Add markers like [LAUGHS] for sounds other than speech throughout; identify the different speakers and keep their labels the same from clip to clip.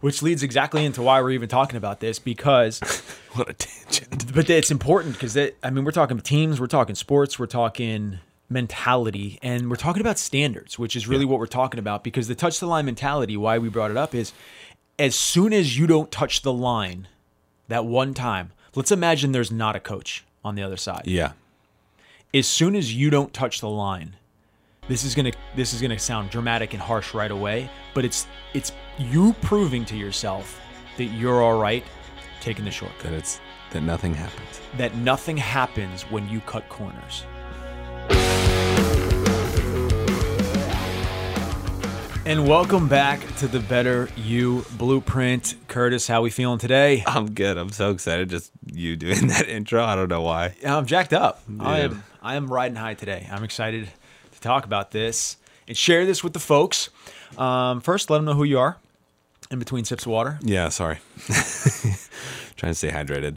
Speaker 1: which leads exactly into why we're even talking about this because
Speaker 2: [LAUGHS] What a tangent.
Speaker 1: but it's important because I mean we're talking teams, we're talking sports, we're talking mentality, and we're talking about standards, which is really what we're talking about. Because the touch the line mentality, why we brought it up is, as soon as you don't touch the line, that one time, let's imagine there's not a coach on the other side.
Speaker 2: Yeah.
Speaker 1: As soon as you don't touch the line, this is gonna this is gonna sound dramatic and harsh right away, but it's it's you proving to yourself that you're all right taking the shortcut
Speaker 2: That it's that nothing happens.
Speaker 1: that nothing happens when you cut corners. And welcome back to the Better You Blueprint. Curtis, how we feeling today?
Speaker 2: I'm good. I'm so excited. Just you doing [LAUGHS] that intro. I don't know why.
Speaker 1: I'm jacked up. I
Speaker 2: Yeah.
Speaker 1: am I am riding high today. I'm excited to talk about this and share this with the folks. Um, first, let them know who you are in between sips of water.
Speaker 2: Yeah, sorry. [LAUGHS] Trying to stay hydrated.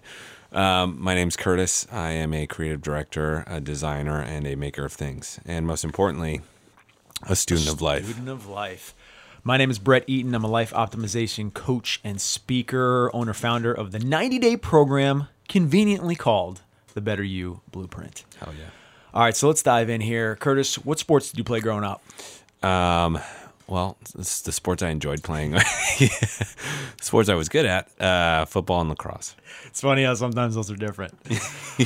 Speaker 2: Um, my name's Curtis. I am a creative director, a designer, and a maker of things. And most importantly, a student of life.
Speaker 1: Student of life. My name is Brett Eaton. I'm a life optimization coach and speaker, owner founder of the 90 day program, conveniently called the Better You Blueprint.
Speaker 2: Hell yeah.
Speaker 1: All right, so let's dive in here. Curtis, what sports did you play growing up?
Speaker 2: Well, it's the sports I enjoyed playing, [LAUGHS] sports I was good at uh, football and lacrosse.
Speaker 1: It's funny how sometimes those are
Speaker 2: [LAUGHS]
Speaker 1: different.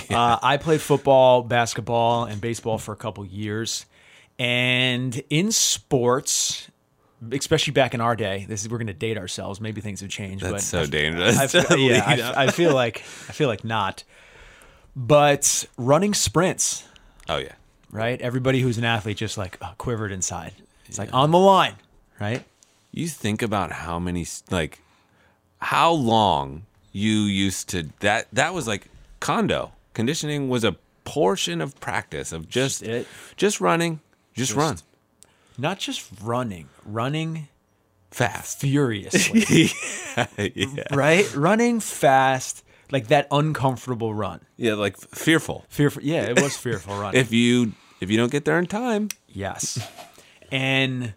Speaker 1: uh, I played football, basketball, and baseball for a couple years. And in sports, especially back in our day, this is we're going to date ourselves. Maybe things have changed. but
Speaker 2: That's so dangerous.
Speaker 1: I feel, yeah, I, I feel like I feel like not. But running sprints,
Speaker 2: [LAUGHS] oh, yeah.
Speaker 1: right? Everybody who's an athlete just like uh, quivered inside. It's like on the line, right?
Speaker 2: You think about how many s- like how long you used to that that was like condo conditioning was a portion of practice of just
Speaker 1: it.
Speaker 2: just running, just, run
Speaker 1: Not just running, running [LAUGHS]
Speaker 2: fast.
Speaker 1: furiously,
Speaker 2: yeah.
Speaker 1: right? Running fast, like that uncomfortable run.
Speaker 2: [LAUGHS] yeah, like fearful.
Speaker 1: Fearful, yeah, it was
Speaker 2: [LAUGHS]
Speaker 1: fearful running.
Speaker 2: If you if you don't get there in time,
Speaker 1: Yes. And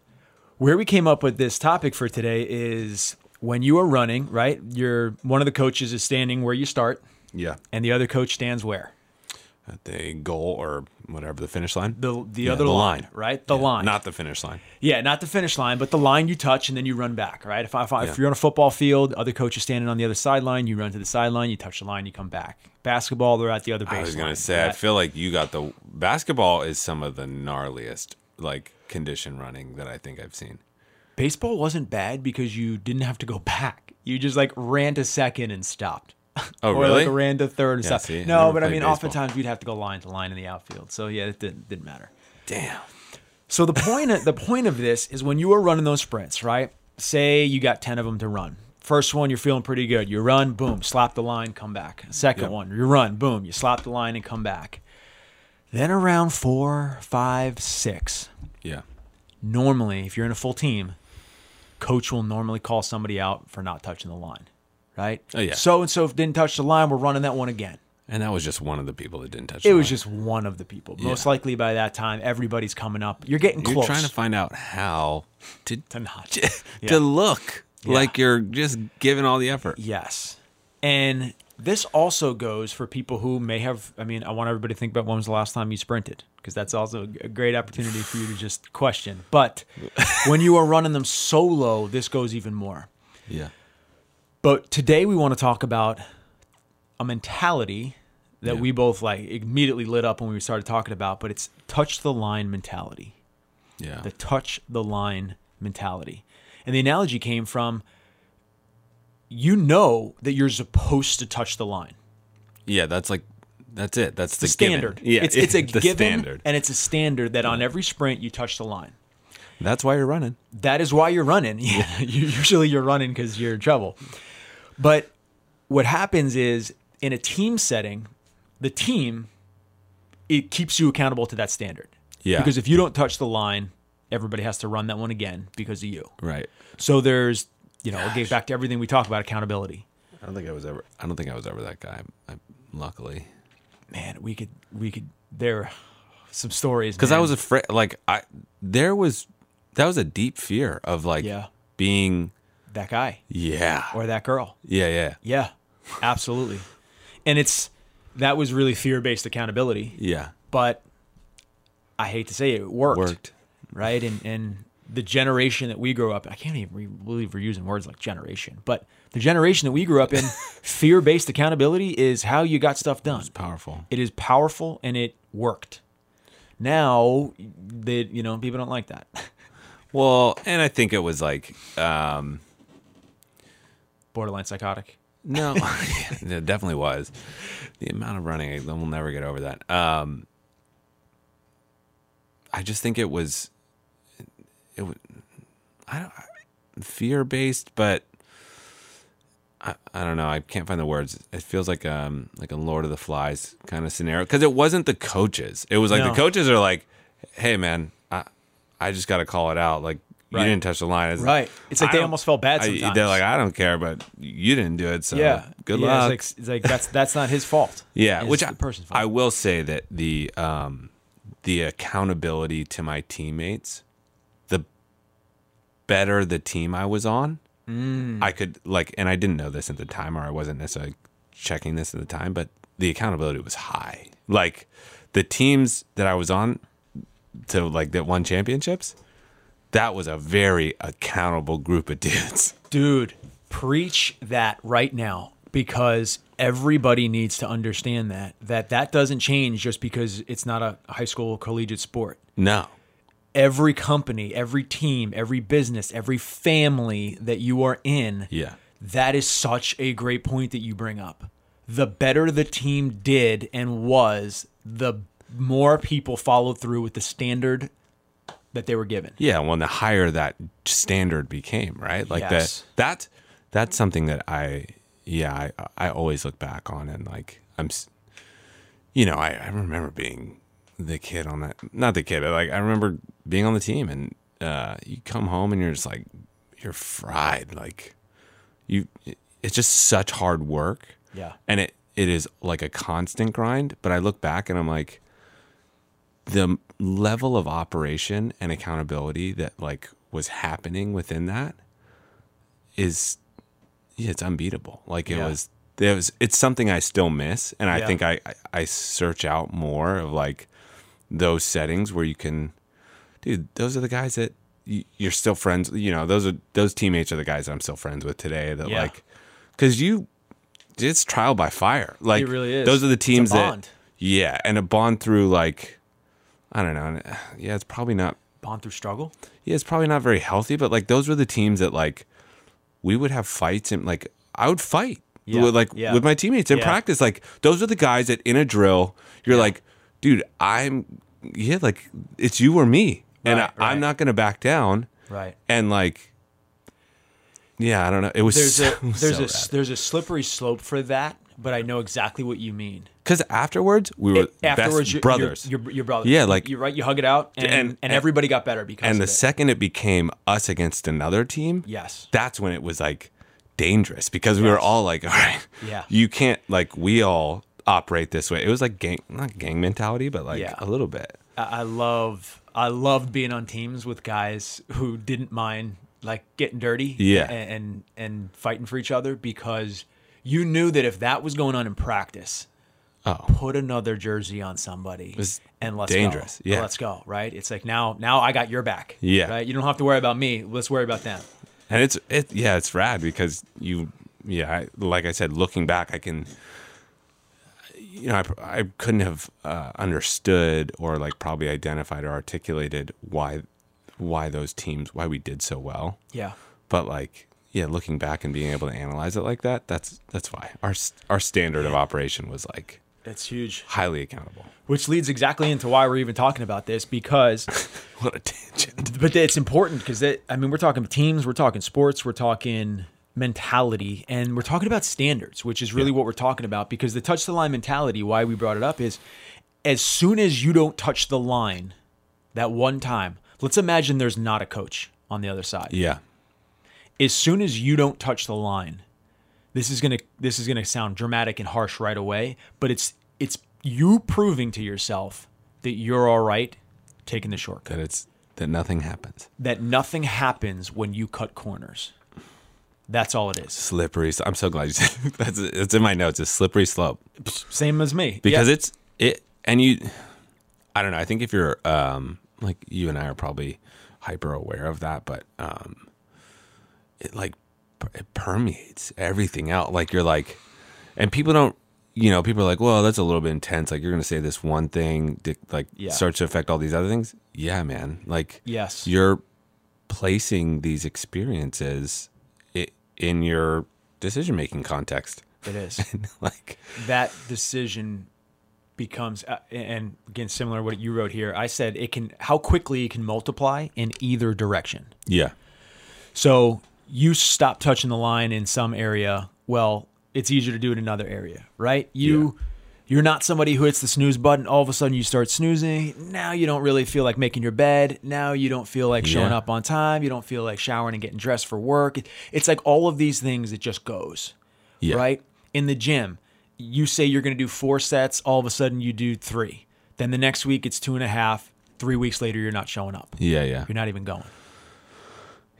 Speaker 1: where we came up with this topic for today is when you are running, right? You're one of the coaches is standing where you start,
Speaker 2: yeah,
Speaker 1: and the other coach stands where
Speaker 2: at the goal or whatever the finish line,
Speaker 1: the the
Speaker 2: Yeah,
Speaker 1: other
Speaker 2: the
Speaker 1: line,
Speaker 2: line.
Speaker 1: right? The
Speaker 2: Yeah,
Speaker 1: line,
Speaker 2: not the finish line.
Speaker 1: yeah, not the finish line, but the line you touch and then you run back, right? If I, if, I,
Speaker 2: Yeah.
Speaker 1: if you're on a football field, other coach is standing on the other sideline, you run to the sideline, you touch the line, you come back. Basketball, they're at the other baseline.
Speaker 2: I was gonna say, I
Speaker 1: right?
Speaker 2: feel like you got the basketball is some of the gnarliest like condition running that I think I've seen.
Speaker 1: baseball wasn't bad because you didn't have to go back. You just like ran to second and stopped.
Speaker 2: [LAUGHS] Oh,
Speaker 1: or
Speaker 2: really?
Speaker 1: like ran to third and
Speaker 2: Yeah,
Speaker 1: stopped.
Speaker 2: see, I
Speaker 1: no,
Speaker 2: never
Speaker 1: but I
Speaker 2: played
Speaker 1: mean,
Speaker 2: baseball.
Speaker 1: oftentimes you'd have to go line to line in the outfield. So yeah, it didn't didn't matter.
Speaker 2: Damn.
Speaker 1: So the point the point of this is when you are running those sprints, right? Say you got ten of them to run. First one, you're feeling pretty good. You run, boom, slap the line, come back. Second
Speaker 2: Yep.
Speaker 1: one, you run, boom, you slap the line and come back. Then around four, five, six,
Speaker 2: Yeah.
Speaker 1: normally, if you're in a full team, coach will normally call somebody out for not touching the line, right?
Speaker 2: Oh, yeah.
Speaker 1: So and so didn't touch the line. We're running that one again.
Speaker 2: And that was just one of the people that didn't touch.
Speaker 1: It
Speaker 2: the
Speaker 1: was
Speaker 2: line.
Speaker 1: just one of the people. Most likely by that time, everybody's coming up. You're getting
Speaker 2: you're
Speaker 1: close.
Speaker 2: trying to find out how to [LAUGHS]
Speaker 1: to not. Yeah.
Speaker 2: to look like you're just giving all the effort.
Speaker 1: Yes. And this also goes for people who may have. I mean, I want everybody to think about when was the last time you sprinted, because that's also a great opportunity for you to just question.
Speaker 2: [LAUGHS]
Speaker 1: But when you are running them solo, this goes even more.
Speaker 2: Yeah.
Speaker 1: But today we want to talk about a mentality that
Speaker 2: Yeah.
Speaker 1: we both like immediately lit up when we started talking about, but it's touch the line mentality.
Speaker 2: Yeah.
Speaker 1: The touch the line mentality. And the analogy came from you know that you're supposed to touch the line.
Speaker 2: yeah. That's like that's it. That's the,
Speaker 1: The standard.
Speaker 2: Given. Yeah.
Speaker 1: It's it's a
Speaker 2: [LAUGHS] the
Speaker 1: given
Speaker 2: standard.
Speaker 1: and it's a standard that on every sprint you touch the line.
Speaker 2: That's why you're running.
Speaker 1: that is why you're running. [LAUGHS] Yeah, you, usually you're running because you're in trouble. But what happens is in a team setting, the team it keeps you accountable to that standard.
Speaker 2: Yeah.
Speaker 1: Because if you don't touch the line, everybody has to run that one again because of you.
Speaker 2: Right.
Speaker 1: So there's you know, it gets back to everything we talk about accountability.
Speaker 2: I don't think I was ever. I don't think I was ever that guy. I, luckily.
Speaker 1: Man, we could we could there are some stories
Speaker 2: because I was afraid. Like I, there was that was a deep fear of like
Speaker 1: Yeah.
Speaker 2: being
Speaker 1: that guy
Speaker 2: Yeah.
Speaker 1: or that girl.
Speaker 2: Yeah, yeah.
Speaker 1: Yeah, absolutely. and it's that was really fear based accountability,
Speaker 2: Yeah.
Speaker 1: but I hate to say it, it worked,
Speaker 2: Worked.
Speaker 1: right? And and the generation that we grew up, I can't even re- believe we're using words like generation, but the generation that we grew
Speaker 2: [LAUGHS]
Speaker 1: up in, fear based accountability is how you got stuff done.
Speaker 2: Powerful.
Speaker 1: It is powerful and it worked. Now that you know people don't like that.
Speaker 2: Well, and I think it was like
Speaker 1: Borderline psychotic.
Speaker 2: [LAUGHS] No, it definitely was. The amount of running, I will never get over that. Um, I just think it was, it was, I don't, fear based, but I, I don't know. I can't find the words. It feels like um like a Lord of the Flies kind of scenario because it wasn't the coaches. It was like
Speaker 1: No.
Speaker 2: the coaches are like, hey man, I I just got to call it out. Like
Speaker 1: Right.
Speaker 2: you didn't touch the line. It's-
Speaker 1: Right. It's like
Speaker 2: I
Speaker 1: they
Speaker 2: don't-
Speaker 1: almost felt bad
Speaker 2: I-
Speaker 1: sometimes.
Speaker 2: they're like, I don't care, but you didn't do it. So
Speaker 1: yeah.
Speaker 2: good
Speaker 1: Uh, yeah,
Speaker 2: luck.
Speaker 1: It's like, it's like that's that's not his
Speaker 2: [LAUGHS]
Speaker 1: fault.
Speaker 2: yeah.
Speaker 1: It's
Speaker 2: Which
Speaker 1: the
Speaker 2: I,
Speaker 1: person's fault.
Speaker 2: I will say that the, um, the accountability to my teammates, the better the team I was on,
Speaker 1: Mm.
Speaker 2: I could like, and I didn't know this at the time, or I wasn't necessarily checking this at the time, but the accountability was high. Like the teams that I was on to like that won championships, that was a very accountable group of [LAUGHS] dudes.
Speaker 1: Dude, preach that right now because everybody needs to understand that that that doesn't change just because it's not a high school collegiate sport.
Speaker 2: No.
Speaker 1: Every company, every team, every business, every family that you are in,
Speaker 2: Yeah.
Speaker 1: that is such a great point that you bring up. The better the team did and was, the more people followed through with the standard that they were given.
Speaker 2: Yeah, well, and the higher that standard became, right? Like
Speaker 1: Yes.
Speaker 2: that. That that's something that I, yeah, I I always look back on and like I'm, s- you know, I, I remember being the kid on that, not the kid, but like I remember being on the team and uh, you come home and you're just like you're fried, like you. It's just such hard work.
Speaker 1: Yeah.
Speaker 2: and it it is like a constant grind. But I look back and I'm like, the level of operation and accountability that like was happening within that is yeah, it's unbeatable. Like it
Speaker 1: Yeah.
Speaker 2: was there was it's something I still miss and I
Speaker 1: Yeah.
Speaker 2: think I, I I search out more of like those settings where you can dude, those are the guys that you, you're still friends, you know, those are those teammates are the guys that I'm still friends with today that
Speaker 1: Yeah.
Speaker 2: like cuz you it's trial by fire. Like
Speaker 1: really is.
Speaker 2: those are the
Speaker 1: It's a
Speaker 2: teams
Speaker 1: bond.
Speaker 2: that yeah, and a bond through like I don't know. and, uh, Yeah, it's probably not.
Speaker 1: Bond through struggle.
Speaker 2: Yeah, it's probably not very healthy. But like those were the teams that like we would have fights and like I would fight
Speaker 1: Yeah,
Speaker 2: with, like
Speaker 1: yeah.
Speaker 2: with my teammates in
Speaker 1: Yeah.
Speaker 2: practice. Like those are the guys that in a drill you're like, dude, I'm yeah, like it's you or me, and I,
Speaker 1: Right, right.
Speaker 2: I'm not gonna back down.
Speaker 1: Right.
Speaker 2: And like, yeah, I don't know. [LAUGHS] It was
Speaker 1: There's
Speaker 2: so,
Speaker 1: a there's a there's a slippery slope for that, but I know exactly what you mean.
Speaker 2: because afterwards we were
Speaker 1: Afterwards,
Speaker 2: best
Speaker 1: you're,
Speaker 2: brothers.
Speaker 1: You're, you're, you're brothers.
Speaker 2: Yeah, like-
Speaker 1: you're right. You hug it out, and and,
Speaker 2: And-
Speaker 1: everybody got better because
Speaker 2: and
Speaker 1: of
Speaker 2: the
Speaker 1: it.
Speaker 2: second it became us against another team,
Speaker 1: yes,
Speaker 2: that's when it was like dangerous because we were
Speaker 1: Yes.
Speaker 2: all like, all right,
Speaker 1: Yeah.
Speaker 2: you can't like we all operate this way. It was like gang, not gang mentality, but like
Speaker 1: Yeah.
Speaker 2: a little bit.
Speaker 1: I, I love I loved being on teams with guys who didn't mind like getting dirty,
Speaker 2: Yeah.
Speaker 1: and and, and fighting for each other because you knew that if that was going on in practice,
Speaker 2: Oh,
Speaker 1: put another jersey on somebody
Speaker 2: was
Speaker 1: and let's
Speaker 2: dangerous,
Speaker 1: go.
Speaker 2: yeah.
Speaker 1: Let's go, right? It's like now now I got your back.
Speaker 2: Yeah.
Speaker 1: Right? You don't have to worry about me. Let's worry about them.
Speaker 2: and it's it yeah, it's rad because you yeah, I, like I said, looking back, I can. You know, I, pr- I couldn't have uh, understood or like probably identified or articulated why why those teams why we did so well.
Speaker 1: Yeah.
Speaker 2: but like yeah looking back and being able to analyze it like that that's that's why our s- our standard of operation was like
Speaker 1: That's huge.
Speaker 2: highly accountable
Speaker 1: Which leads exactly into why we're even talking about this because [LAUGHS]
Speaker 2: what a tangent
Speaker 1: but it's important because I mean we're talking teams, we're talking sports, we're talking mentality, and we're talking about standards, which is really what we're talking about because the touch the line mentality, why we brought it up is as soon as you don't touch the line that one time, let's imagine there's not a coach on the other side.
Speaker 2: yeah
Speaker 1: as soon as you don't touch the line, this is gonna this is gonna sound dramatic and harsh right away, but it's it's you proving to yourself that you're all right taking the shortcut.
Speaker 2: that it's that nothing happens
Speaker 1: That nothing happens when you cut corners. That's all it is.
Speaker 2: Slippery. s- I'm so glad you said [LAUGHS] that's it's in my notes. It's slippery slope
Speaker 1: Same as me.
Speaker 2: because
Speaker 1: Yeah.
Speaker 2: it's it and you. I don't know. I think if you're um like you and I are probably hyper aware of that, but um, it like per- it permeates everything out. Like you're like, and people don't. You know, people are like, "Well, that's a little bit intense. Like, you're going to say this one thing, di- like,
Speaker 1: Yeah.
Speaker 2: starts to affect all these other things." Yeah, man. Like,
Speaker 1: yes.
Speaker 2: you're placing these experiences i- in your decision making context. [LAUGHS]
Speaker 1: It is. [LAUGHS]
Speaker 2: like,
Speaker 1: that decision becomes uh, and again similar to what you wrote here i said it can how quickly it can multiply in either direction
Speaker 2: yeah,
Speaker 1: so you stop touching the line in some area well it's easier to do it in another area right you you're not somebody who hits the snooze button all of a sudden you start snoozing now you don't really feel like making your bed now you don't feel like showing
Speaker 2: Yeah.
Speaker 1: up on time you don't feel like showering and getting dressed for work it's like all of these things it just goes
Speaker 2: yeah,
Speaker 1: right? In the gym, you say you're going to do four sets, all of a sudden you do three. Then the next week it's two and a half. Three weeks later, you're not showing up.
Speaker 2: yeah, yeah,
Speaker 1: You're not even going.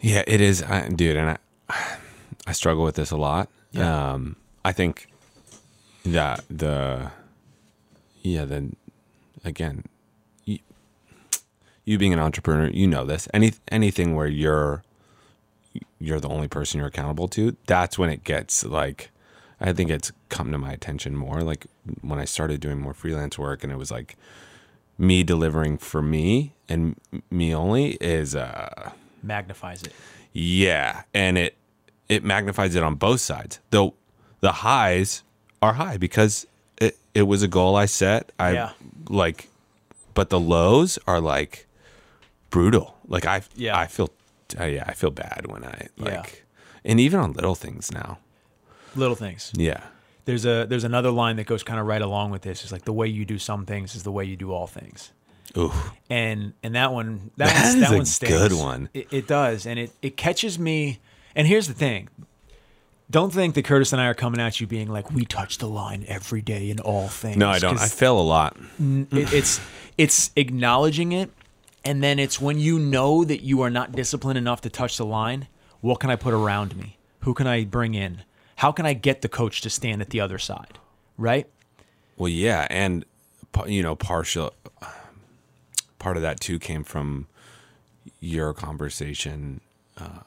Speaker 2: yeah. It is, I, dude, and I, I struggle with this a lot.
Speaker 1: Yeah.
Speaker 2: Um, I think that the, yeah, then again, you, you being an entrepreneur, you know this. Any anything where you're you're the only person you're accountable to, that's when it gets like I think it's come to my attention more. Like when I started doing more freelance work and it was like me delivering for me and m- me only is uh
Speaker 1: Magnifies it.
Speaker 2: yeah, and it it magnifies it on both sides. Though the highs are high because it it was a goal I set. I
Speaker 1: Yeah.
Speaker 2: like, but the lows are like brutal. Like I
Speaker 1: Yeah.
Speaker 2: I feel uh, yeah I feel bad when I like,
Speaker 1: Yeah.
Speaker 2: and even on little things now.
Speaker 1: Little things.
Speaker 2: Yeah,
Speaker 1: There's a there's another line that goes kind of right along with this. It's like the way you do some things is the way you do all things.
Speaker 2: ooh,
Speaker 1: and and that one that,
Speaker 2: That
Speaker 1: one's,
Speaker 2: is
Speaker 1: that
Speaker 2: a
Speaker 1: one stings.
Speaker 2: good one.
Speaker 1: It, it does, and it it catches me. And here's the thing: don't think that Curtis and I are coming at you being like we touch the line every day in all things.
Speaker 2: no, I don't. I
Speaker 1: 'cause
Speaker 2: fail a lot. [CLEARS THROAT]
Speaker 1: it- it's it's acknowledging it, and then it's when you know that you are not disciplined enough to touch the line. What can I put around me? Who can I bring in? How can I get the coach to stand at the other side? Right?
Speaker 2: Well, yeah, and pa- you know, partial part of that too came from your conversation. Uh,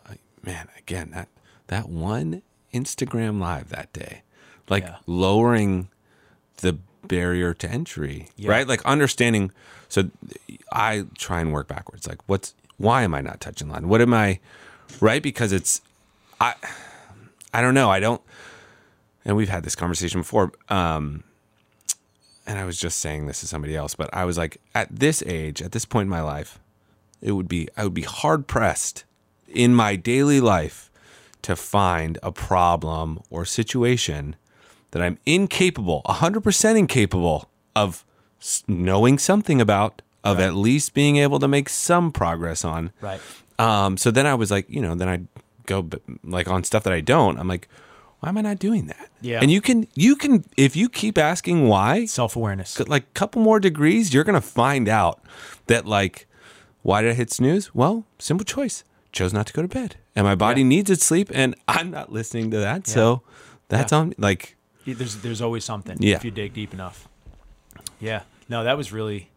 Speaker 2: man, again that that one Instagram live that day, like
Speaker 1: Yeah.
Speaker 2: lowering the barrier to entry, right? Like understanding. So I try and work backwards. Like, what's why am I not touching line? What am I, right? Because it's I. I don't know. I don't. And we've had this conversation before. Um, and I was just saying this to somebody else, but I was like, at this age, at this point in my life, it would be I would be hard pressed in my daily life to find a problem or situation that I'm incapable, 100% incapable of s- knowing something about, of at least being able to make some progress on.
Speaker 1: Right.
Speaker 2: Um, so then I was like, you know, then I go b- like on stuff that I don't. I'm like, why am I not doing that?
Speaker 1: Yeah.
Speaker 2: And you can, you can, if you keep asking why,
Speaker 1: Self awareness.
Speaker 2: c- like couple more degrees, you're gonna find out that like, why did I hit snooze? Well, simple choice. Chose not to go to bed, and my body needs its sleep, and I'm not listening to that. So that's on like
Speaker 1: there's there's always something
Speaker 2: Yeah.
Speaker 1: if you dig deep enough. Yeah. No, that was really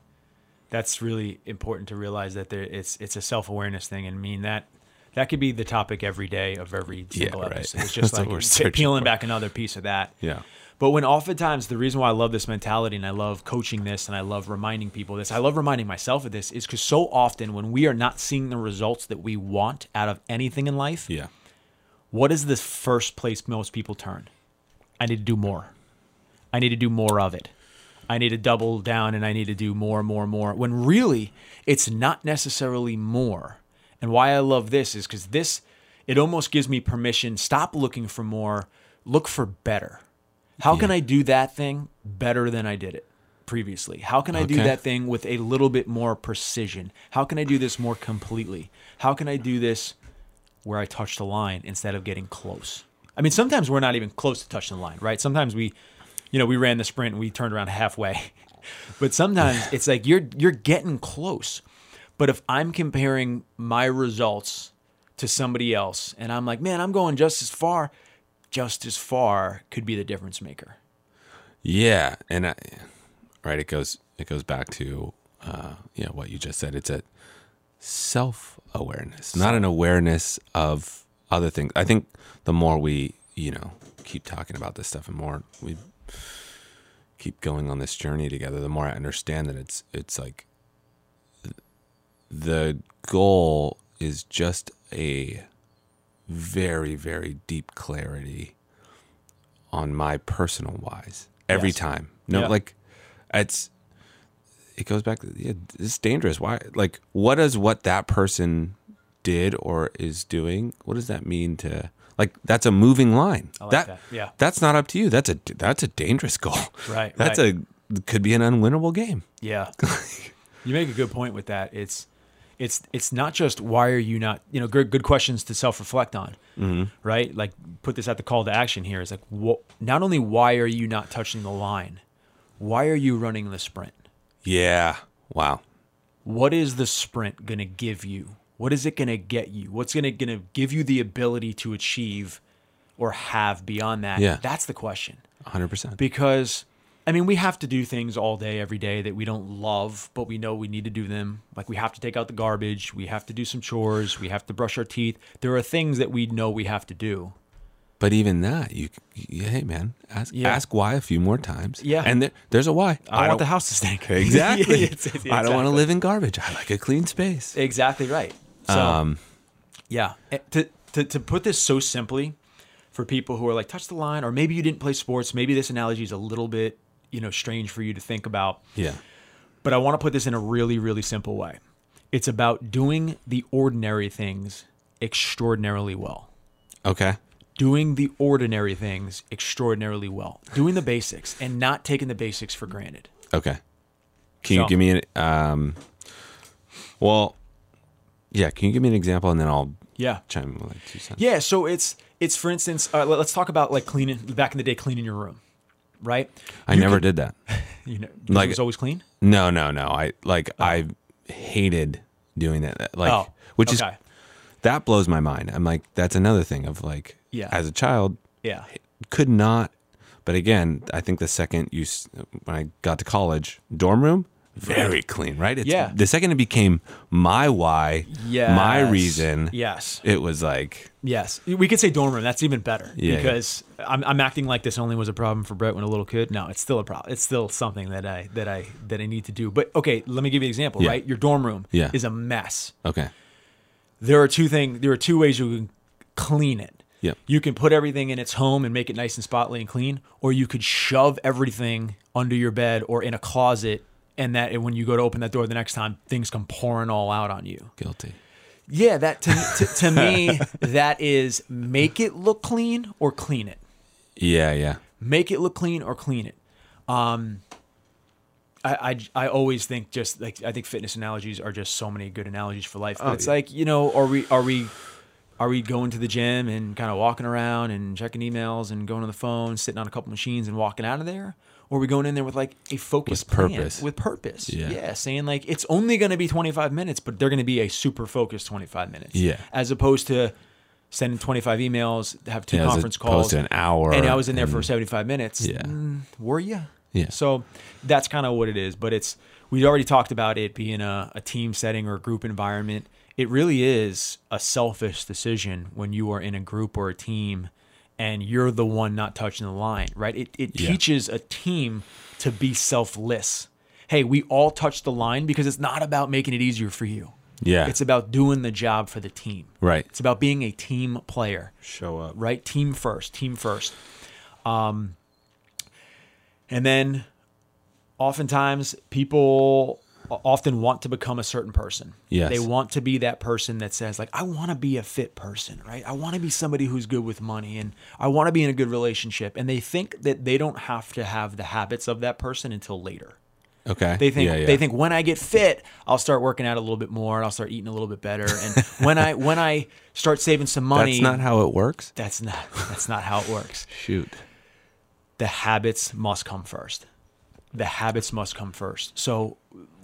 Speaker 1: that's really important to realize that there it's it's a self awareness thing and mean that that could be the topic every day of every single
Speaker 2: right.
Speaker 1: episode.
Speaker 2: [LAUGHS]
Speaker 1: It's
Speaker 2: That's
Speaker 1: just
Speaker 2: what
Speaker 1: like
Speaker 2: we're
Speaker 1: pe-
Speaker 2: searching
Speaker 1: peeling
Speaker 2: for.
Speaker 1: back another piece of that.
Speaker 2: yeah,
Speaker 1: But when oftentimes the reason why I love this mentality and I love coaching this and I love reminding people this, I love reminding myself of this is because so often when we are not seeing the results that we want out of anything in life,
Speaker 2: yeah,
Speaker 1: what is the first place most people turn? I need to do more. I need to do more of it. I need to double down and I need to do more, more, more. When really, it's not necessarily more. And why I love this is because this, it almost gives me permission stop looking for more, look for better. How can I do that thing better than I did it previously? How can I do
Speaker 2: Okay.
Speaker 1: that thing with a little bit more precision? How can I do this more completely? How can I do this where I touch the line instead of getting close. I mean, sometimes we're not even close to touching the line, right? Sometimes we, you know, we ran the sprint and we turned around [LAUGHS] halfway. but sometimes it's like you're you're getting close. But if I'm comparing my results to somebody else, and I'm like, man, I'm going just as far. Just as far could be the difference maker.
Speaker 2: Yeah, and I, right, it goes it goes back to uh, you know what you just said. It's a self awareness, not an awareness of other things. I think the more we you know keep talking about this stuff and more we keep going on this journey together, the more I understand that it's it's like the goal is just a very very deep clarity on my personal wise every
Speaker 1: Yes.
Speaker 2: time no
Speaker 1: Yeah.
Speaker 2: like it's it goes back to yeah, it's dangerous why like what does what that person did or is doing what does that mean to like that's a moving line
Speaker 1: I like that. Yeah.
Speaker 2: that's not up to you that's a that's a dangerous goal
Speaker 1: [LAUGHS] Right,
Speaker 2: that's
Speaker 1: right.
Speaker 2: a could be an unwinnable game
Speaker 1: Yeah. you make a good point with that. It's it's it's not just why are you not you know good good questions to self reflect on, right? Like put this at the call to action here. It's like wha- not only why are you not touching the line, why are you running the sprint?
Speaker 2: yeah wow
Speaker 1: What is the sprint gonna give you? What is it gonna get you? What's gonna gonna give you the ability to achieve or have beyond that?
Speaker 2: Yeah.
Speaker 1: That's the question
Speaker 2: 100%
Speaker 1: because I mean, we have to do things all day, every day that we don't love, but we know we need to do them. Like we have to take out the garbage, we have to do some chores, we have to brush our teeth. There are things that we know we have to do.
Speaker 2: But even that, you, you hey man, ask
Speaker 1: Yeah.
Speaker 2: ask why a few more times.
Speaker 1: Yeah.
Speaker 2: and there, there's a why.
Speaker 1: I, want [LAUGHS]
Speaker 2: don't-
Speaker 1: the house to stink.
Speaker 2: [LAUGHS]
Speaker 1: [LAUGHS]
Speaker 2: exactly.
Speaker 1: It's- it's-
Speaker 2: I don't want to
Speaker 1: exactly.
Speaker 2: live in garbage. I like a clean space.
Speaker 1: Exactly right. So,
Speaker 2: Um,
Speaker 1: yeah, Eh, to, to to put this so simply, for people who are like touch the line, or maybe you didn't play sports, maybe this analogy is a little bit you know strange for you to think about.
Speaker 2: yeah,
Speaker 1: but I want to put this in a really, really simple way. It's about doing the ordinary things extraordinarily well.
Speaker 2: okay,
Speaker 1: Doing the ordinary things extraordinarily well. Doing the basics and not taking the basics for granted.
Speaker 2: okay. Can
Speaker 1: So-
Speaker 2: you give me an um? Well, yeah. Can you give me an example, and then I'll
Speaker 1: Yeah.
Speaker 2: chime in with like two cents.
Speaker 1: Yeah. So it's it's for instance, uh, let- let's talk about like cleaning back in the day, cleaning your room, right?
Speaker 2: I
Speaker 1: You
Speaker 2: never
Speaker 1: could-
Speaker 2: did that.
Speaker 1: You know, like,
Speaker 2: like-
Speaker 1: it was always clean.
Speaker 2: No, no, no. I like I hated doing that. Like,
Speaker 1: Oh,
Speaker 2: which is
Speaker 1: okay.
Speaker 2: that blows my mind. I'm like, that's another thing of like,
Speaker 1: Yeah.
Speaker 2: as a child,
Speaker 1: Yeah.
Speaker 2: could not. But again, I think the second you s- when I got to college, dorm room very clean, right? It's,
Speaker 1: Yeah.
Speaker 2: The second it became my why,
Speaker 1: Yes.
Speaker 2: my reason,
Speaker 1: Yes.
Speaker 2: it was like,
Speaker 1: Yes, we could say dorm room. That's even better
Speaker 2: Yeah, yeah.
Speaker 1: because I'm, I'm acting like this only was a problem for Brett when a little kid. No, it's still a problem. It's still something that I that I that I need to do. But okay, let me give you an example.
Speaker 2: Yeah.
Speaker 1: Right, your dorm room
Speaker 2: Yeah.
Speaker 1: is a mess.
Speaker 2: okay,
Speaker 1: There are two thing. There are two ways you can clean it.
Speaker 2: Yep.
Speaker 1: you can put everything in its home and make it nice and spotly and clean, or you could shove everything under your bed or in a closet, and that and when you go to open that door the next time, things come pouring all out on you.
Speaker 2: guilty.
Speaker 1: Yeah, that to, to, to me that is make it look clean or clean it.
Speaker 2: Yeah, yeah.
Speaker 1: Make it look clean or clean it. Um, I, I I always think just like I think fitness analogies are just so many good analogies for life. But it's
Speaker 2: Oh, yeah.
Speaker 1: like you know are we are we are we going to the gym and kind of walking around and checking emails and going on the phone, sitting on a couple machines and walking out of there? Or are we going in there with like a focused
Speaker 2: With
Speaker 1: plan,
Speaker 2: purpose.
Speaker 1: with purpose?
Speaker 2: Yeah.
Speaker 1: yeah, saying like it's only going to be 25 minutes, but they're going to be a super focused 25 minutes.
Speaker 2: Yeah.
Speaker 1: as opposed to sending 25 emails, have two
Speaker 2: Yeah, as
Speaker 1: conference
Speaker 2: opposed
Speaker 1: calls
Speaker 2: to an hour
Speaker 1: and I was in there for
Speaker 2: and-
Speaker 1: 75 minutes.
Speaker 2: Yeah.
Speaker 1: Mm, were you?
Speaker 2: Yeah.
Speaker 1: So that's kind of what it is. But it's we already talked about it being a, a team setting or a group environment. It really is a selfish decision when you are in a group or a team and you're the one not touching the line, right? It, it
Speaker 2: Yeah.
Speaker 1: teaches a team to be selfless. Hey, we all touch the line because it's not about making it easier for you.
Speaker 2: Yeah.
Speaker 1: It's about doing the job for the team.
Speaker 2: Right.
Speaker 1: It's about being a team player
Speaker 2: Show up.
Speaker 1: right? Team first, team first. Um, and then oftentimes people o- often want to become a certain person.
Speaker 2: Yes.
Speaker 1: They want to be that person that says like I want to be a fit person, right? I want to be somebody who's good with money and I want to be in a good relationship and they think that they don't have to have the habits of that person until later.
Speaker 2: Okay.
Speaker 1: They think
Speaker 2: Yeah, yeah.
Speaker 1: they think when I get fit, I'll start working out a little bit more and I'll start eating a little bit better and when I when I start saving some money
Speaker 2: that's not how it works.
Speaker 1: that's not that's not how it works.
Speaker 2: Shoot.
Speaker 1: The habits must come first. the habits must come first. So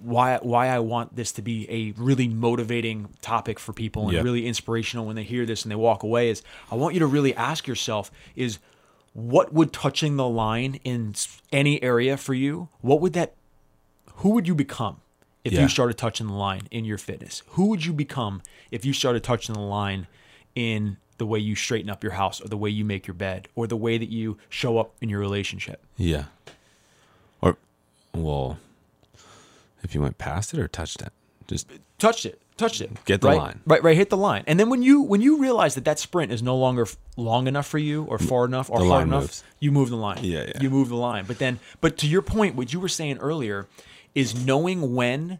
Speaker 1: why why I want this to be a really motivating topic for people and
Speaker 2: Yeah.
Speaker 1: really inspirational when they hear this and they walk away is I want you to really ask yourself is what would touching the line in s- any area for you? What would that who would you become if
Speaker 2: Yeah.
Speaker 1: you started touching the line in your fitness? Who would you become if you started touching the line in the way you straighten up your house or the way you make your bed or the way that you show up in your relationship?
Speaker 2: Yeah. Or, well, if you went past it or touched it, just
Speaker 1: touched it touched it
Speaker 2: Get the
Speaker 1: right?
Speaker 2: line.
Speaker 1: right right hit the line and then when you when you realize that that sprint is no longer f- long enough for you or far enough or
Speaker 2: Mm. The
Speaker 1: hard
Speaker 2: line
Speaker 1: enough
Speaker 2: moves.
Speaker 1: you move the line
Speaker 2: Yeah, yeah.
Speaker 1: you move the line but then but to your point what you were saying earlier is knowing when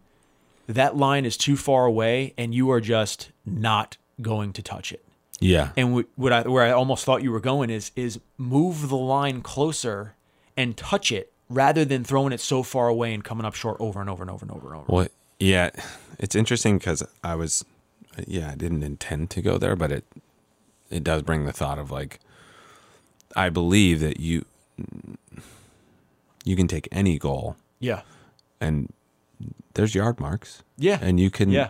Speaker 1: that line is too far away and you are just not going to touch it
Speaker 2: yeah,
Speaker 1: and what, what I where I almost thought you were going is is move the line closer and touch it rather than throwing it so far away and coming up short over and over and over and over and over
Speaker 2: Well, yeah, it's interesting because I was, yeah, I didn't intend to go there, but it it does bring the thought of like, I believe that you you can take any goal
Speaker 1: yeah
Speaker 2: and there's yard marks,
Speaker 1: Yeah.
Speaker 2: and you can,
Speaker 1: Yeah.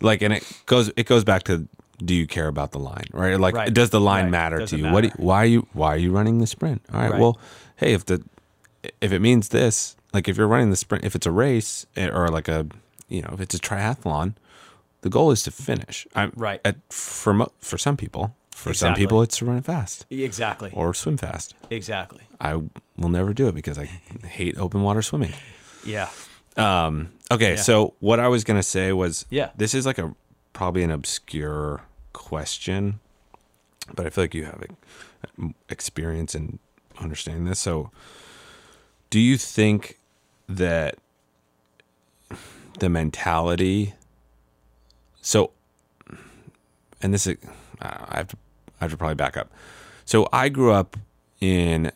Speaker 2: like, and it goes it goes back to do you care about the line, right? Like,
Speaker 1: Right.
Speaker 2: does the line
Speaker 1: Right.
Speaker 2: matter
Speaker 1: Doesn't
Speaker 2: to you? What? do-
Speaker 1: matter.
Speaker 2: why are you why are you running the sprint? All right,
Speaker 1: Right.
Speaker 2: well, hey, if the if it means this, like if you're running the sprint, if it's a race eh, or like a, you know, if it's a triathlon, the goal is to finish. I'm,
Speaker 1: Right.
Speaker 2: At, for mo- for some people, for some
Speaker 1: Exactly.
Speaker 2: people, it's to run fast
Speaker 1: exactly
Speaker 2: or swim fast.
Speaker 1: exactly
Speaker 2: I will never do it because I hate open water swimming.
Speaker 1: Yeah.
Speaker 2: Um, okay, so what I was gonna say was,
Speaker 1: Yeah.
Speaker 2: this is like a probably an obscure question, but I feel like you have e- experience in understanding this. So, do you think that the mentality, so, and this is, uh, I have to, I have to probably back up. So, I grew up in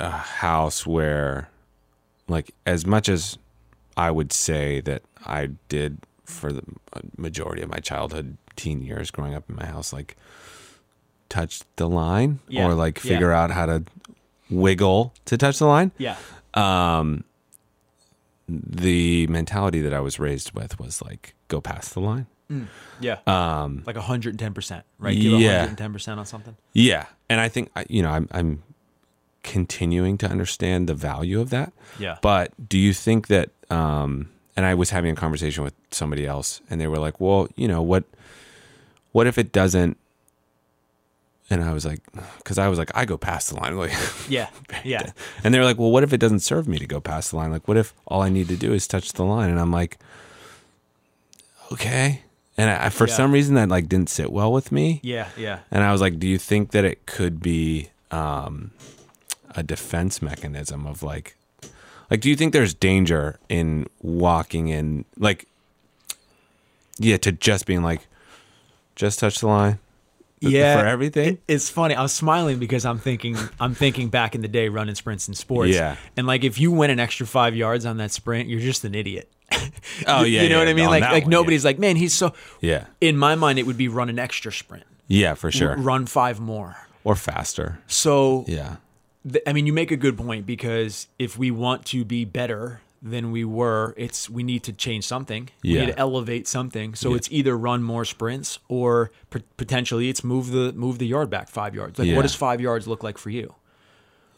Speaker 2: a house where, like, as much as I would say that I did for the majority of my childhood, teen years growing up in my house, like touch the line
Speaker 1: Yeah,
Speaker 2: or like
Speaker 1: yeah.
Speaker 2: figure out how to wiggle to touch the line.
Speaker 1: Yeah.
Speaker 2: The mentality that I was raised with was like go past the line.
Speaker 1: Yeah. Um, like 110%, right? Give
Speaker 2: yeah.
Speaker 1: 110% on something.
Speaker 2: Yeah, and I think I- you know I'm I'm continuing to understand the value of that.
Speaker 1: Yeah.
Speaker 2: But do you think that? Um, and I was having a conversation with somebody else, and they were like, "Well, you know what? What if it doesn't?" And I was like, "Cause I was like, I go past the line." [LAUGHS] Like,
Speaker 1: yeah. [LAUGHS] Yeah.
Speaker 2: and they were like, "Well, what if it doesn't serve me to go past the line? Like, what if all I need to do is touch the line?" And I'm like, "Okay." And I, I- for
Speaker 1: Yeah.
Speaker 2: some reason, that like didn't sit well with me.
Speaker 1: Yeah. Yeah.
Speaker 2: And I was like, do you think that it could be um, a defense mechanism of like, like, do you think there's danger in walking in, like, yeah, to just being like, just touch the line
Speaker 1: Yeah.
Speaker 2: for everything?
Speaker 1: It- it's funny. I was smiling because I'm thinking I'm thinking back in the day running sprints in sports.
Speaker 2: Yeah.
Speaker 1: And like if you went an extra five yards on that sprint, you're just an idiot. [LAUGHS]
Speaker 2: Oh,
Speaker 1: You-
Speaker 2: yeah,
Speaker 1: You know
Speaker 2: yeah,
Speaker 1: what I mean?
Speaker 2: on
Speaker 1: Like
Speaker 2: that
Speaker 1: like
Speaker 2: one, yeah.
Speaker 1: nobody's like, man, he's so
Speaker 2: yeah.
Speaker 1: in my mind it would be run an extra sprint.
Speaker 2: Yeah, for sure.
Speaker 1: Run five more.
Speaker 2: Or faster.
Speaker 1: So
Speaker 2: Yeah.
Speaker 1: th- I mean, you make a good point because if we want to be better than we were, it's we need to change something. We
Speaker 2: Yeah.
Speaker 1: need to elevate something. So it's either run more sprints or p- potentially it's move the move the yard back five yards. Like,
Speaker 2: Yeah.
Speaker 1: what does five yards look like for you?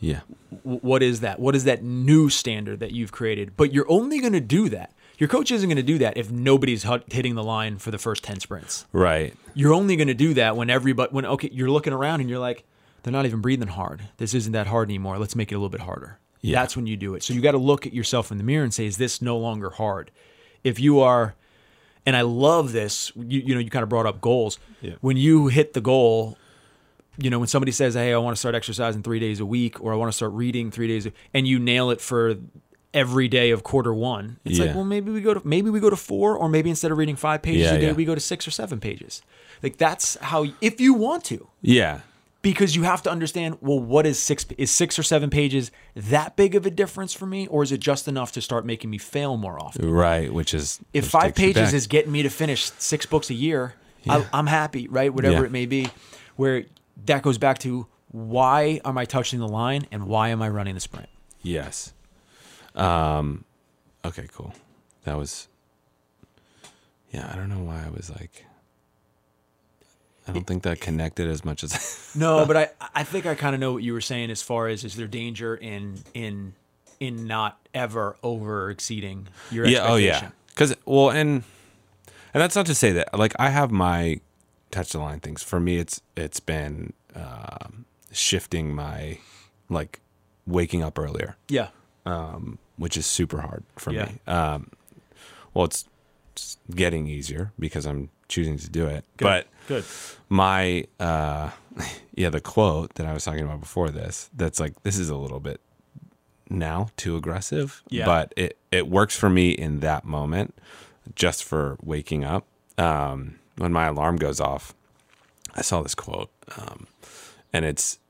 Speaker 2: Yeah.
Speaker 1: w- what is that? What is that new standard that you've created? But you're only going to do that. Your coach isn't going to do that if nobody's hut- hitting the line for the first 10 sprints.
Speaker 2: Right.
Speaker 1: You're only going to do that when everybody, when, okay, you're looking around and you're like, they're not even breathing hard. This isn't that hard anymore. Let's make it a little bit harder.
Speaker 2: Yeah.
Speaker 1: That's when you do it. So you got to look at yourself in the mirror and say, is this no longer hard? If you are, and I love this, you, you know, you kind of brought up goals.
Speaker 2: Yeah.
Speaker 1: When you hit the goal, you know, when somebody says, "Hey, I want to start exercising three days a week," or "I want to start reading three days," a-" and you nail it for every day of quarter one, it's like,
Speaker 2: Yeah.
Speaker 1: well, maybe we go to maybe we go to four, or maybe instead of reading five pages
Speaker 2: Yeah,
Speaker 1: a day,
Speaker 2: yeah.
Speaker 1: we go to six or seven pages. Like that's how, if you want to,
Speaker 2: Yeah.
Speaker 1: because you have to understand. Well, what is six? Is six or seven pages that big of a difference for me, or is it just enough to start making me fail more often?
Speaker 2: Right. Which is,
Speaker 1: if
Speaker 2: which
Speaker 1: five
Speaker 2: takes you
Speaker 1: pages
Speaker 2: back.
Speaker 1: is getting me to finish six books a year, I, I'm happy, right? Whatever
Speaker 2: Yeah.
Speaker 1: it may be, where that goes back to why am I touching the line and why am I running the sprint?
Speaker 2: Yes. Um, okay, cool. That was. Yeah, I don't know why I was like. I don't think that connected as much as. [LAUGHS]
Speaker 1: No, but I, I think I kind of know what you were saying as far as is there danger in in in not ever over exceeding your
Speaker 2: yeah. Oh yeah.
Speaker 1: expectation.
Speaker 2: Because well, and and that's not to say that like I have my touch the line things. For me, it's it's been um shifting my like waking up earlier.
Speaker 1: Yeah.
Speaker 2: um, which is super hard for
Speaker 1: Yeah.
Speaker 2: me. Um, well, it's, it's getting easier because I'm choosing to do it. But
Speaker 1: Good.
Speaker 2: my uh, [LAUGHS] yeah, the quote that I was talking about before this, that's like this is a little bit now too aggressive,
Speaker 1: Yeah.
Speaker 2: but it it works for me in that moment, just for waking up. Um, when my alarm goes off, I saw this quote, um, and it's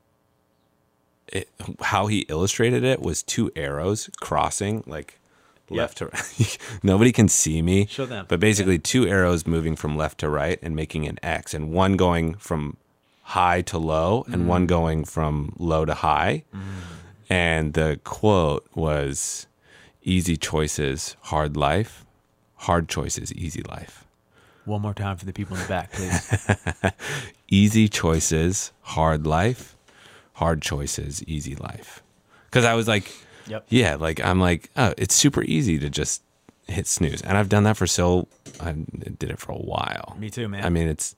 Speaker 2: it, how he illustrated it was two arrows crossing like left to [LAUGHS] right. Nobody can see me.
Speaker 1: Show them.
Speaker 2: But basically, two arrows moving from left to right and making an X, and one going from high to low, and
Speaker 1: Mm.
Speaker 2: one going from low to high. And the quote was easy choices, hard life, hard choices, easy life.
Speaker 1: One more time for the people in the back, please.
Speaker 2: [LAUGHS] easy choices, hard life, hard choices, easy life. Because I was like,
Speaker 1: Yep.
Speaker 2: yeah, like I'm like, oh, it's super easy to just hit snooze, and I've done that for so I did it for a while.
Speaker 1: Me too, man.
Speaker 2: I mean, it's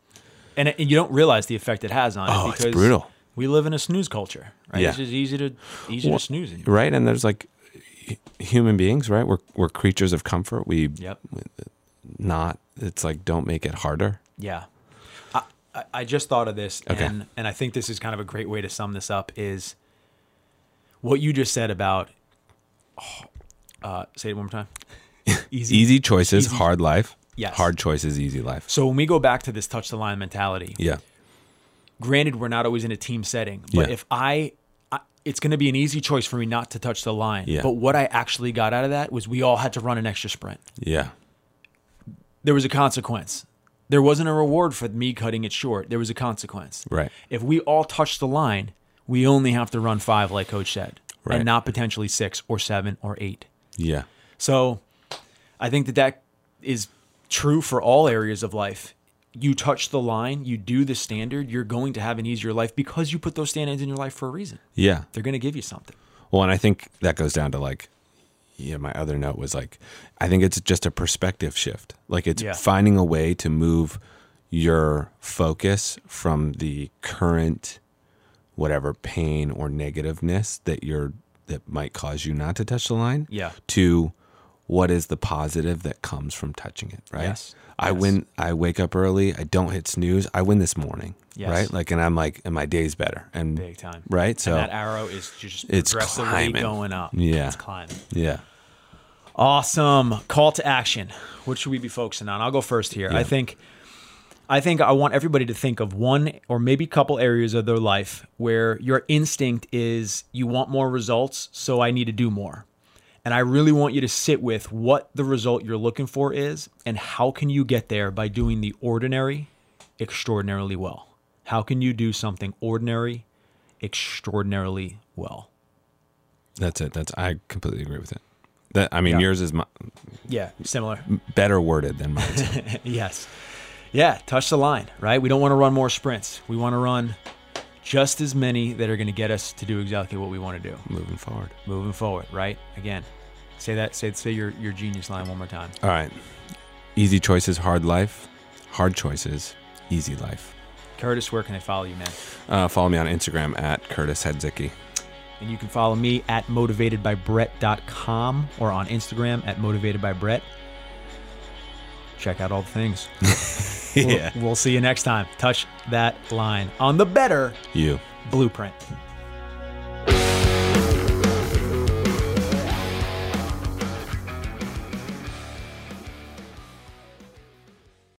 Speaker 1: and, it- and you don't realize the effect it has on
Speaker 2: Oh,
Speaker 1: it
Speaker 2: it's
Speaker 1: because
Speaker 2: brutal.
Speaker 1: We live in a snooze culture, right?
Speaker 2: Yeah.
Speaker 1: It's just easy to easy
Speaker 2: Well,
Speaker 1: to snooze. in.
Speaker 2: right, and there's like hu- human beings, right? We're we're creatures of comfort. We
Speaker 1: Yep.
Speaker 2: not. It's like don't make it harder.
Speaker 1: Yeah. I, I, I just thought of this
Speaker 2: Okay.
Speaker 1: and, and I think this is kind of a great way to sum this up is what you just said about [SIGHS] uh, say it one more
Speaker 2: [LAUGHS]
Speaker 1: time. Easy.
Speaker 2: Easy choices, hard life.
Speaker 1: Yes.
Speaker 2: Hard choices, easy life.
Speaker 1: So when we go back to this touch the line mentality,
Speaker 2: Yeah.
Speaker 1: granted we're not always in a team setting, but
Speaker 2: Yeah.
Speaker 1: if I, I it's going to be an easy choice for me not to touch the line.
Speaker 2: Yeah.
Speaker 1: But what I actually got out of that was we all had to run an extra sprint.
Speaker 2: Yeah.
Speaker 1: there was a consequence. There wasn't a reward for me cutting it short. There was a consequence.
Speaker 2: Right.
Speaker 1: If we all touch the line, we only have to run five, like Coach said,
Speaker 2: Right.
Speaker 1: and not potentially six or seven or eight.
Speaker 2: Yeah.
Speaker 1: So I think that that is true for all areas of life. You touch the line, you do the standard, you're going to have an easier life because you put those standards in your life for a reason.
Speaker 2: Yeah.
Speaker 1: They're going to give you something.
Speaker 2: Well, and I think that goes down to like, yeah, my other note was like, I think it's just a perspective shift. Like, it's
Speaker 1: Yeah.
Speaker 2: finding a way to move your focus from the current, whatever pain or negativeness that you're, that might cause you not to touch the line
Speaker 1: Yeah.
Speaker 2: to what is the positive that comes from touching it, right?
Speaker 1: Yes.
Speaker 2: I
Speaker 1: Yes.
Speaker 2: win I wake up early, I don't hit snooze, I win this morning.
Speaker 1: Yes.
Speaker 2: Right? Like and I'm like and my day's better. And
Speaker 1: Big time.
Speaker 2: Right. So
Speaker 1: And that arrow is just
Speaker 2: It's
Speaker 1: progressively
Speaker 2: climbing.
Speaker 1: going up.
Speaker 2: Yeah.
Speaker 1: It's climbing.
Speaker 2: yeah.
Speaker 1: Awesome. Call to action. What should we be focusing on? I'll go first here. I think I think I want everybody to think of one or maybe couple areas of their life where your instinct is you want more results, so I need to do more. And I really want you to sit with what the result you're looking for is and how can you get there by doing the ordinary extraordinarily well. How can you do something ordinary extraordinarily well?
Speaker 2: That's it. That's I completely agree with it. That I mean,
Speaker 1: Yeah.
Speaker 2: yours is my,
Speaker 1: Yeah, similar.
Speaker 2: better worded than mine.
Speaker 1: Yes. Yeah, touch the line, right? We don't want to run more sprints. We want to run just as many that are going to get us to do exactly what we want to do
Speaker 2: moving forward.
Speaker 1: moving forward, right? Again, say that, say, say your, your genius line one more time.
Speaker 2: All right. Easy choices, hard life. Hard choices, easy life.
Speaker 1: Curtis, where can they follow you, man?
Speaker 2: Uh, follow me on Instagram at Curtis Hedzicki.
Speaker 1: And you can follow me at motivatedbybrett.com or on Instagram at motivatedbybrett. Check out all the things. We'll- we'll see you next time. Touch that line on the better
Speaker 2: you.
Speaker 1: blueprint.